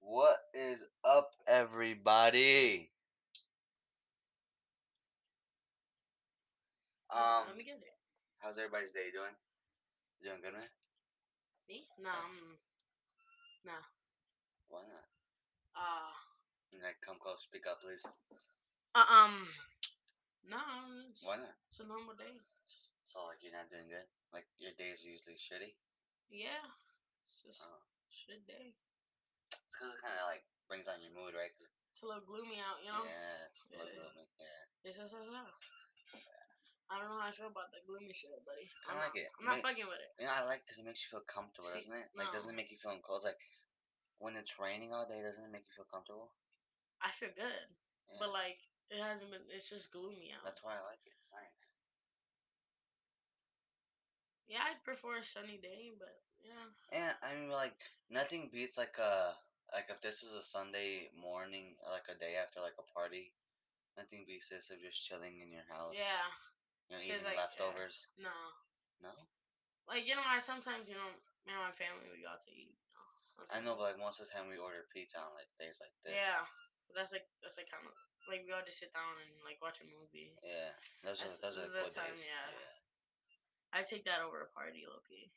What is up, everybody? Hold on, let Um, me get it. how's everybody's day doing? You doing good, man? Me? No, I'm, Why not? uh, Can I come close, speak up, please. uh, um, no, I'm- it's, Why not? it's a normal day. So, like, you're not doing good? Like, your days are usually shitty? Yeah, it's just Oh. shit day. It's because it kind of, like, brings on your mood, right? 'Cause- It's a little gloomy out, you know. yeah, it's a little Yeah. gloomy, Yeah. It's just as hell. I don't know how I feel about the gloomy shit, buddy. I I'm like not, it. I'm not Make- fucking with it. You know, I like because it makes you feel comfortable, See, doesn't it? Like, no. doesn't it make you feel enclosed? Like, when it's raining all day, doesn't it make you feel comfortable? I feel good, Yeah. but like it hasn't been. It's just gloomy out. That's why I like it. It's nice. yeah, I'd prefer a sunny day, but yeah, Yeah, I mean, like nothing beats like a like if this was a Sunday morning, or, like a day after like a party. Nothing beats this of just chilling in your house. yeah, you know, 'cause, eating like, yeah. leftovers. no. No, Like you know, I sometimes you know, me and my family we go out to eat. You know, I know, but like most of the time we order pizza on like days like this. Yeah, but that's like that's like kind of like we all just sit down and like watch a movie. yeah. Those are That's- those are the this cool time, days. yeah. I take that over a party, Loki.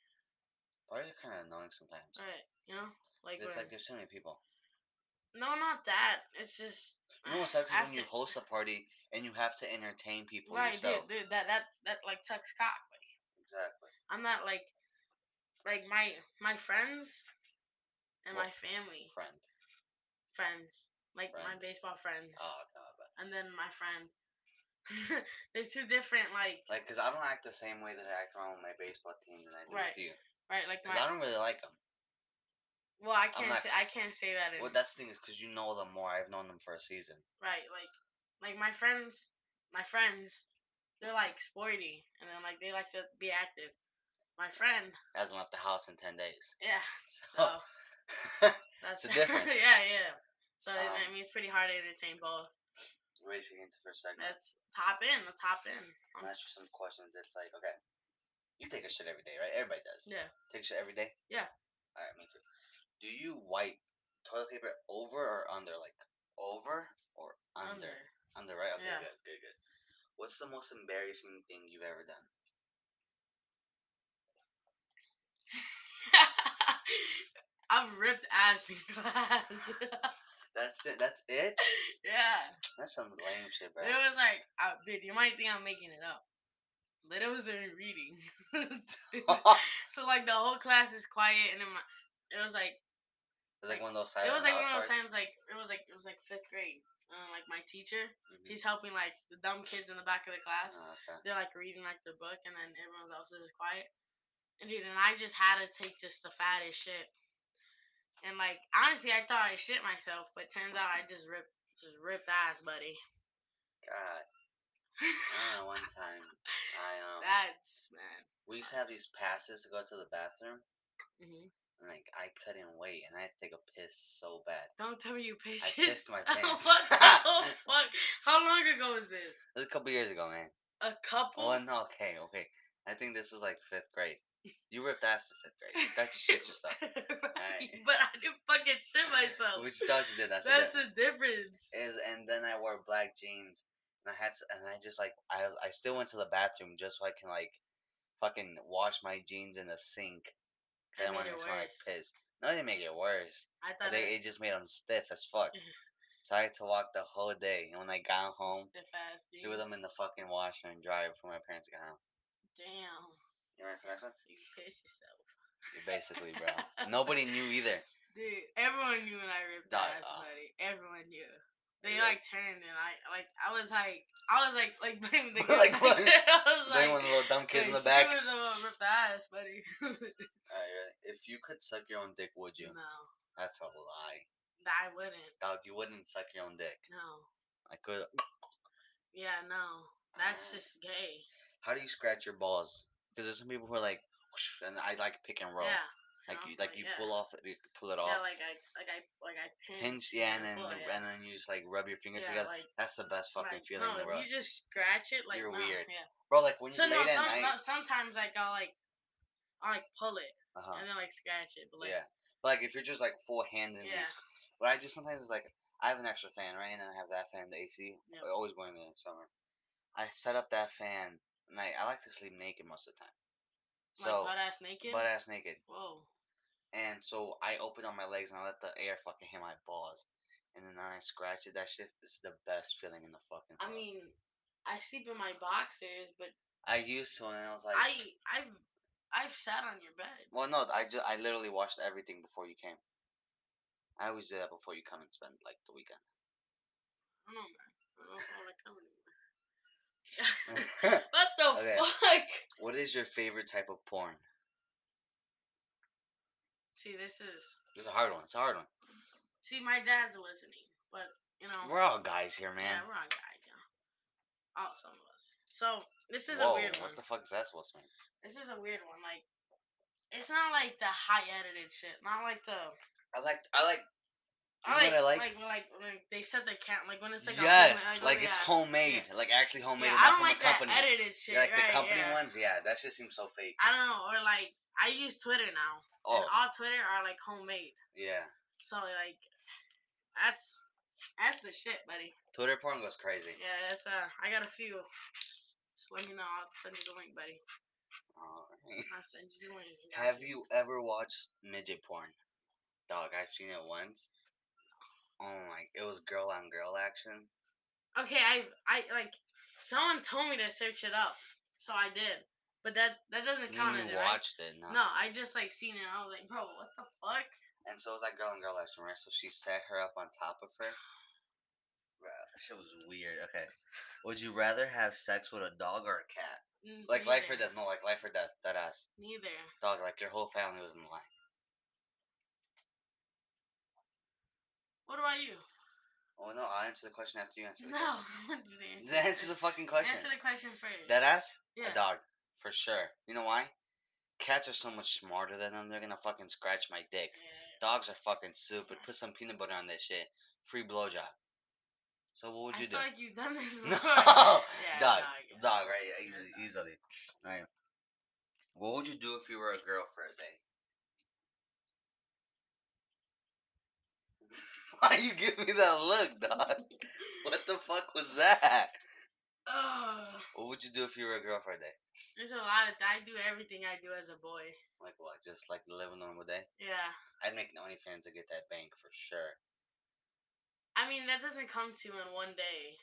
Parties are kind of annoying sometimes. All right, you know, like, 'cause It's when- like there's so many people. no, not that. It's just You know what sucks is when you after- host a party and you have to entertain people Right, yourself. dude, dude, that that that like sucks cock. Like, Exactly. I'm not like like my my friends and my Well, family Friend. friends, like my friend. baseball friends, Oh god. but- and then my friend. They're two different, like Like, cause I don't act the same way that I act around my baseball team than I do Right. with you. right, like Because I my. don't really like them. Well, I can't not- say I can't say that. in- Well, that's the thing is because you know them more. I've known them for a season. right? Like, like my friends, my friends, they're like sporty, and then like they like to be active. My friend, Hasn't left the house in ten days. yeah, So so that's It's a difference. yeah, yeah. So I- I Um, mean, it's pretty hard to entertain both. ready for you into first segment. That's top in, the top in. I'm gonna ask you some questions. It's like, okay, you take a shit every day, right? Everybody does. Yeah. Take shit every day. Yeah. All right, me too. Do you wipe toilet paper over or under? Like over or under? Under. Under, right? Okay, Yeah. good, good, good. What's the most embarrassing thing you've ever done? I've ripped ass in class. That's it. That's it. yeah, That's some lame shit, bro. it was like, uh, dude, you might think I'm making it up, but it was during reading. So like the whole class is quiet, and then my, it was like It's like one of those silent it was like loud one of those farts. times like it was like it was like fifth grade, and like my teacher, Mhm. she's helping like the dumb kids in the back of the class. Oh, okay. They're like reading like the book, and then everyone else is quiet. And dude, and I just had to take just the fattest shit. And like honestly, I thought I shit myself, but turns out I just ripped just ripped ass, buddy. God, I remember one time I um That's man. we used to have these passes to go to the bathroom, hmm and like I couldn't wait, and I had to take a piss so bad. Don't tell me I you pissed. pissed my pants. what the fuck? How long ago was this? It was a couple years ago, man. A couple. Oh, no, okay, okay. I think this was like fifth grade. You ripped ass in fifth grade. You thought you shit yourself. Alright. But I didn't fucking shit myself. Which you thought you did. That's, what That's it the difference. is. And then I wore black jeans, and I had to, and I just like I I still went to the bathroom just so I can like fucking wash my jeans in the sink. Cause I That didn't want it to made it smell like worse. Uh-huh. piss. No, it didn't make it worse. I I thought think it it just made them stiff as fuck. Mm-hmm. So I had to walk the whole day. And when I got home, stiff ass threw them in the fucking washer and dryer before my parents got home. Damn. You ready for the next one? So you pissed yourself. Yeah, Basically, bro. Nobody knew either. Dude, everyone knew when I ripped Dog, ass, uh, buddy. Everyone knew. They yeah. like turned and I like I was like I was like like blaming the Like, kid. what? I was Then one of like the little dumb kids in the like, back. She was the one who ripped the ass, buddy. Alright, ready? if you could suck your own dick, would you? No, That's a lie. I wouldn't. Dog, you wouldn't suck your own dick. No. I could. uh, Yeah, no. That's Alright. just gay. How do you scratch your balls? Because there's some people who are like, "Whoosh," and I like pick and roll. Yeah. like know, you, like like, you yeah. pull off, you pull it off, Yeah, like I like I like I pinch. pinch, yeah, and then pull, the- yeah. and then you just like rub your fingers yeah, together. like That's the best fucking like, feeling no, in the if world. you just scratch it like You're no, weird. Yeah. Bro, like when you So late no, at some, night. no, sometimes like I'll like I will like pull it uh-huh. and then like scratch it, but like yeah. Like if you're just like full hand in Yeah. these But I do sometimes it's like I have an extra fan, right? And I have that fan, the AC. Yeah. I always going in the summer. I set up that fan, and I, I like to sleep naked most of the time. So like butt ass naked. butt ass naked. Whoa. And so I open up my legs and I let the air fucking hit my balls. And then I scratch it. That shit is the best feeling in the fucking I world. mean, I sleep in my boxers, but I used to, and I was like, I I've I've sat on your bed. well, no, I just, I literally watched everything before you came. I always do that before you come and spend like the I don't know, man. I don't know if I want to come anymore. weekend. what the Okay. fuck? what is your favorite type of porn? See, this is It's a hard one. It's a hard one. see, my dad's listening, but you know, We're all guys here, man. Um, yeah, we're on guys, you know, all some of us. So this is Whoa, a weird what one. the fuck is that supposed to mean? this is a weird one. Like, it's not like the high edited shit. Not like the. I like, I like, You I know what like, I like? like, when, like, when they set the count, like when it's like yes, a homemade- like oh, it's yeah. homemade, like actually homemade, Yeah, and I not don't from like a company. that edited shit. Yeah, like right, the company yeah. ones, yeah, that shit seems so fake. I don't know, or like I use Twitter now. Oh, And all Twitter are like homemade. yeah. So like, that's that's the shit, buddy. Twitter porn goes crazy. Yeah, that's uh, I got a few. Just let me know. I'll send you the link, buddy. Alright. I'll send you the link. I got Oh, Have you ever watched midget porn? Dog, I've seen it once. Oh my, it was girl on girl action. Okay, I I like someone told me to search it up, so I did. But that that doesn't count as you it, right? watched it, no. No, I just like seen it. I was like, bro, what the fuck? And so was that girl on girl action, right? So she set her up on top of her. Bro, that shit was weird. Okay. Would you rather have sex with a dog or a cat? N- Like life or Mm, neither. death. No, like life or death. That ass. Neither. Dog, like your whole family was in the line. What about you? Oh no, I'll answer the question after you answer the No, you didn't question. Answer the fucking question. Answer the question first. That ass? yeah. A dog, for sure. You know why? Cats are so much smarter than them. They're gonna fucking scratch my dick. Yeah. Dogs are fucking stupid. Put some peanut butter on that shit. Free blowjob. So what would you I do? feel like you've done this No, before. yeah, dog, yeah. Dog, right? Yeah, Yeah, easily, dog. easily. All right. What would you do if you were a girl for a day? Why you give me that look, dog? What the fuck was that? Ugh. What would you do if you were a girl for a day? There's a lot of I do everything I do as a boy. Like what? Just like live a normal day? Yeah. I'd make an OnlyFans to get that bank for sure. I mean that doesn't come to you in one day.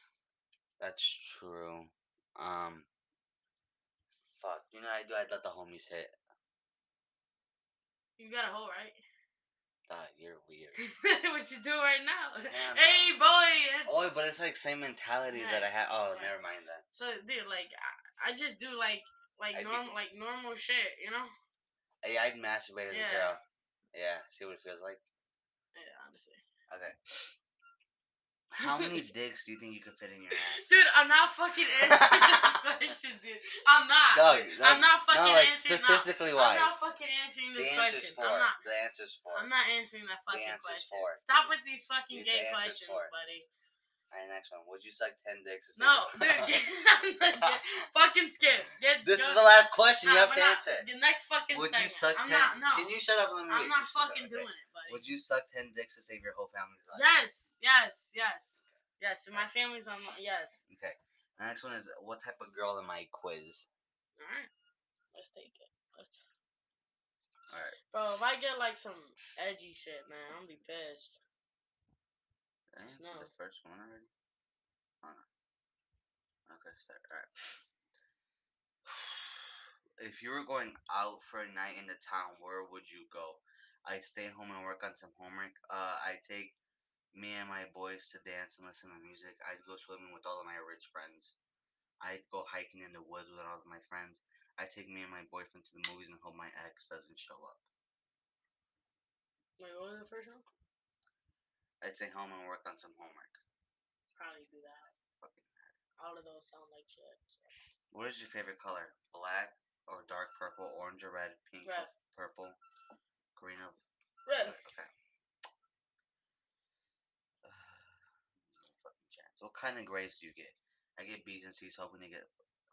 That's true. Um, fuck. You know what I do? I'd let the homies hit. You got a hole, right? Thought you're weird. what you do right now? Yeah, no. hey boy. That's... oh, but it's like same mentality that I had. Oh, Yeah. never mind that. So dude, like I, I just do like like I do- normal like normal shit, you know? Yeah, I'd masturbate as Yeah. a girl. Yeah, see what it feels like. Yeah, honestly. Okay. How many dicks do you think you could fit in your ass? Dude, I'm not fucking answering this question, dude. I'm not. Dog, Ah, like- I'm not fucking no, like answering no. statistically wise. I'm not fucking answering the this answer's question. four. I'm not. The answer's four. I'm not answering that fucking answer's question. four. Stop with these fucking Dude, the gay answer's questions, four. buddy. Alright, next one. Would you suck ten dicks? as a No, girl? dude, get, I'm not get- fucking skip. Get this is go- the last question you have Nah, we're to not- answer. The next fucking Would you suck segment. I'm ten? not. No, Can you shut up? and Let me I'm read not this? Okay, fucking okay. doing it, buddy. Would you suck ten dicks to save your whole family's life? Yes, yes, yes, yes. And my family's on. my- Yes. Okay. The next one is what type of girl am I? Quiz. All right, let's take it. Let's. All right. Bro, if I get like some edgy shit, man, I'm gonna be pissed. Answer No. the first one already. Hold on. Okay, start. All right. If you were going out for a night in the town, where would you go? I stay home and work on some homework. Uh, I take me and my boys to dance and listen to music. I'd go swimming with all of my rich friends. I'd go hiking in the woods with all of my friends. I take me and my boyfriend to the movies and hope my ex doesn't show up. Wait, what was the first one? I'd stay home and work on some homework. Probably do that. Fucking- All of those sound like shit. What is your favorite color? Black or dark purple, orange or red, pink Red. or purple, green or Red. Okay. No fucking chance. What kind of grades do you get? I get B's and C's, hoping to get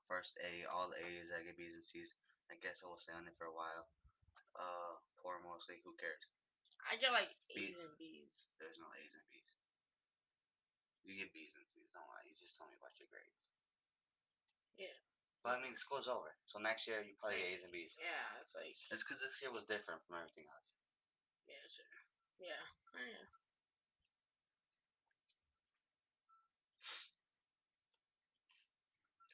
first A, all A's. I get B's and C's. I guess I will stay on it for a while. Uh, poor mostly. Who cares? I get like B's. A's and B's. There's no A You get B's and C's. Don't lie. You just told me about your grades. Yeah. But I mean, school's over. So next year you probably get A's and B's. Yeah, it's like It's because this year was different from everything else. yeah, sure. Yeah. I know.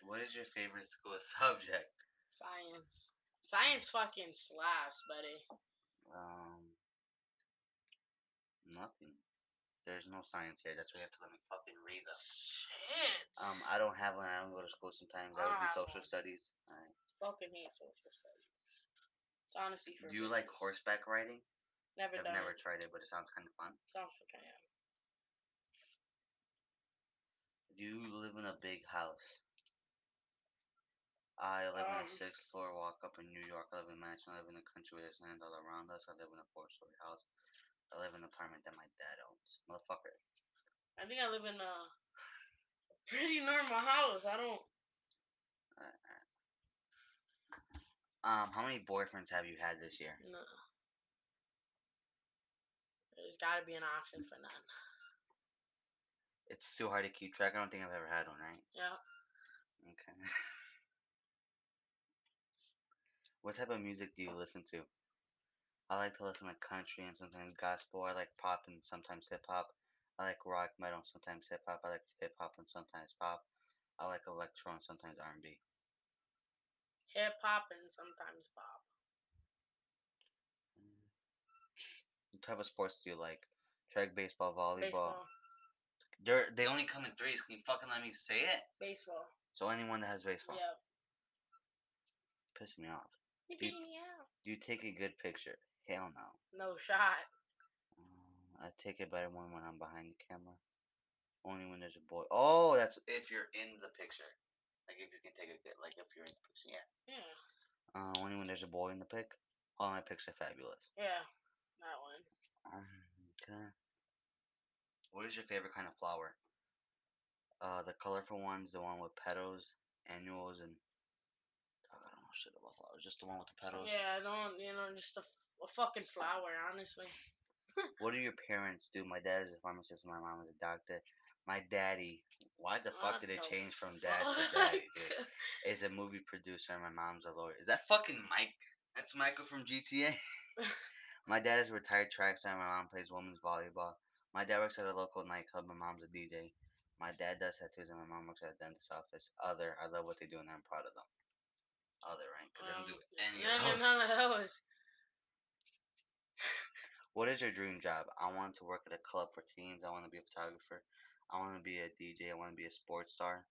What is your favorite school subject? Science. Science fucking slaps, buddy. Um, nothing. There's no science here. That's why you have to let me fucking read them. Shit. Um, I don't have one. I don't go to school sometimes. That would I be have social one. studies. All right. fucking hate social studies. It's honestly for Do you like bitches. horseback riding? Never I've done never it. tried it, but it sounds kind of fun. Sounds fucking yeah. Do you live in a big house? I live on Um. a sixth floor walk up in New York. I live in a mansion. I live in a country where there's land all around us. I live in a four story house. I live in an apartment that my dad owns. Motherfucker. I think I live in a pretty normal house. I don't. Uh, Um, how many boyfriends have you had this year? No. There's got to be an option for none. It's too hard to keep track. I don't think I've ever had one, right? Yeah. Okay. what type of music do you listen to? I like to listen to country and sometimes gospel. I like pop and sometimes hip hop. I like rock metal, and sometimes hip hop. I like hip hop and sometimes pop. I like electro and sometimes R and B. Hip hop and sometimes pop. What type of sports do you like? Track, baseball, volleyball. Baseball. They're they only come in threes. Can you fucking let me say it? Baseball. So anyone that has baseball, Yep. pissing me off. You Be- beat me out. Do you take a good picture? Hell no. No shot. Uh, I take it better when when I'm behind the camera. Only when there's a boy. Oh, that's if you're in the picture. Like if you can take a good. Like if you're in the picture. Yeah. Yeah. Uh, only when there's a boy in the pic. All my pics are fabulous. Yeah. That one. Um, okay. What is your favorite kind of flower? Uh, the colorful ones, the one with petals, annuals, and. Fuck, I don't know shit about flowers. Just the one with the petals. Yeah, I don't. You know, just a, f- a fucking flower. Honestly. What do your parents do? My dad is a pharmacist. My mom is a doctor. My daddy. Why the fuck What did it the change from dad to Fuck. daddy, dude? is a movie producer and my mom's a lawyer. Is that fucking Mike? That's Michael from GTA. my dad is a retired track star. and My mom plays women's volleyball. My dad works at a local nightclub. My mom's a DJ. My dad does tattoos and my mom works at a dentist's office. Other, I love what they do and I'm proud of them. Other, right? Because I don't do any none, of those. none of those. What is your dream job? I want to work at a club for teens. I want to be a photographer. I want to be a DJ. I want to be a sports star.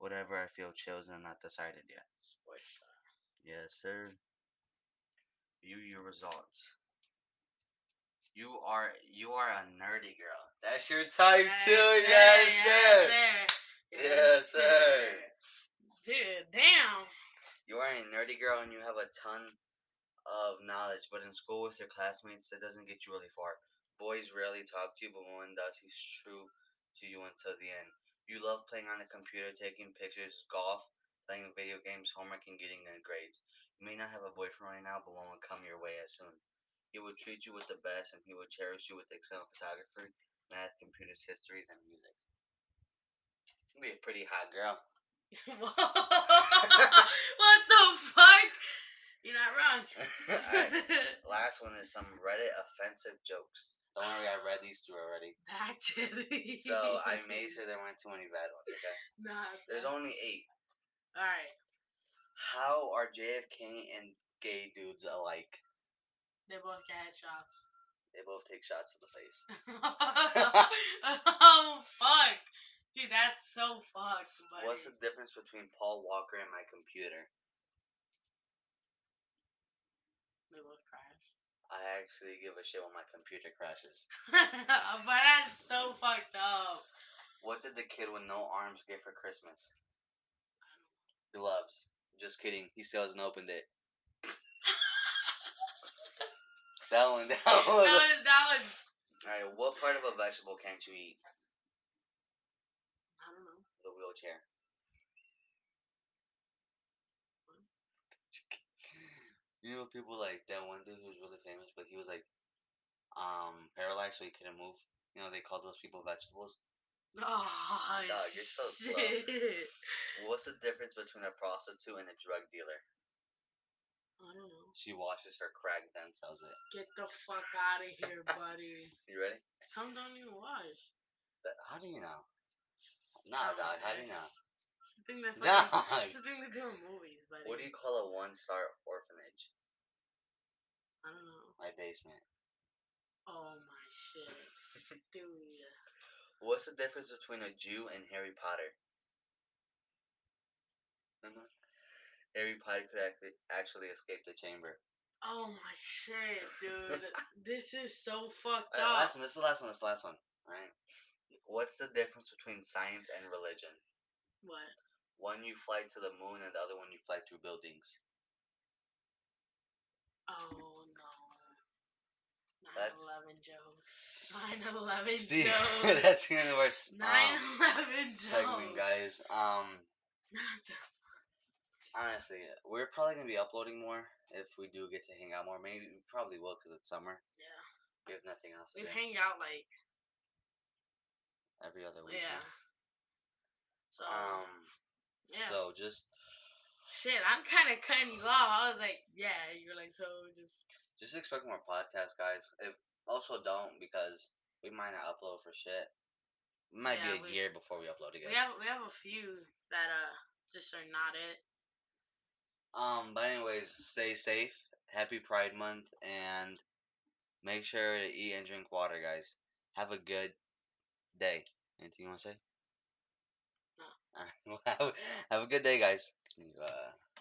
Whatever I feel chills and I'm not decided yet. Sports star. Yes, sir. View your results. You are you are a nerdy girl. That's your type too. Yes, sir. Yes, sir. Dude, damn. You are a nerdy girl and you have a ton of knowledge, but in school with your classmates, that doesn't get you really far. Boys rarely talk to you, but one does, he's true to you until the end. You love playing on the computer, taking pictures, golf, playing video games, homework, and getting good grades. You may not have a boyfriend right now, but one will come your way as soon. He will treat you with the best, and he will cherish you with excellent photography, math, computers, histories, and music. You'll be a pretty hot girl. what the fuck? You're not wrong. Alright, Last one is some Reddit offensive jokes. Don't worry, I read these two already. Back to the. So I made sure there weren't too many bad ones, okay? Nah. There's only eight. All right. How are JFK and gay dudes alike? They both get headshots. They both take shots to the face. oh fuck, dude, that's so fucked. Buddy. What's the difference between Paul Walker and my computer? They both crash. I actually give a shit when my computer crashes. but that's so fucked up. What did the kid with no arms get for Christmas? Gloves. Just kidding. He still hasn't opened it. that one, that That one. was- was that was. Alright, what part of a vegetable can't you eat? I don't know. The wheelchair. You know people like that one dude who's really famous, but he was like um paralyzed so he couldn't move. You know, they call those people vegetables. Oh, Dog, you're so slow. shit. What's the difference between a prostitute and a drug dealer? I don't know. She washes her crack, then sells it. Get the fuck out of here, buddy. You ready? Some don't even wash. That, how do you know? Nah, Come dog, on, how do you guys. know? It's the thing that fucking, Dog, it's the thing that do in movies, buddy. what do you call a one-star orphanage? I don't know. My basement. Oh my shit, dude. What's the difference between a Jew and Harry Potter? Remember? Harry Potter could actually, actually escape the chamber. Oh my shit, dude. this is so fucked Uh, up. last one. This is the last one. This is the last one. All right. What's the difference between science and religion? What? One you fly to the moon, and the other one you fly through buildings. Oh no. That's- 9/11 jokes. 9/11 See, jokes. that's the end of our s- 9/11 um, jokes. segment, guys. Um, Not the- honestly, we're probably gonna be uploading more if we do get to hang out more. Maybe we probably will because it's summer. yeah. We have nothing else to We've do hanged out like every other week. yeah. now. So Um. yeah. So just Shit, I'm kind of cutting you off. I was like, yeah. You're like, so just just expect more podcasts, guys. If also don't because we might not upload for shit. It might Yeah, be a we- year before we upload again. we have we have a few that uh just are not it. Um, but anyways, stay safe. Happy Pride Month, and make sure to eat and drink water, guys. Have a good day. Anything you want to say? No. Alright, well, have, have a good day, guys. You, uh,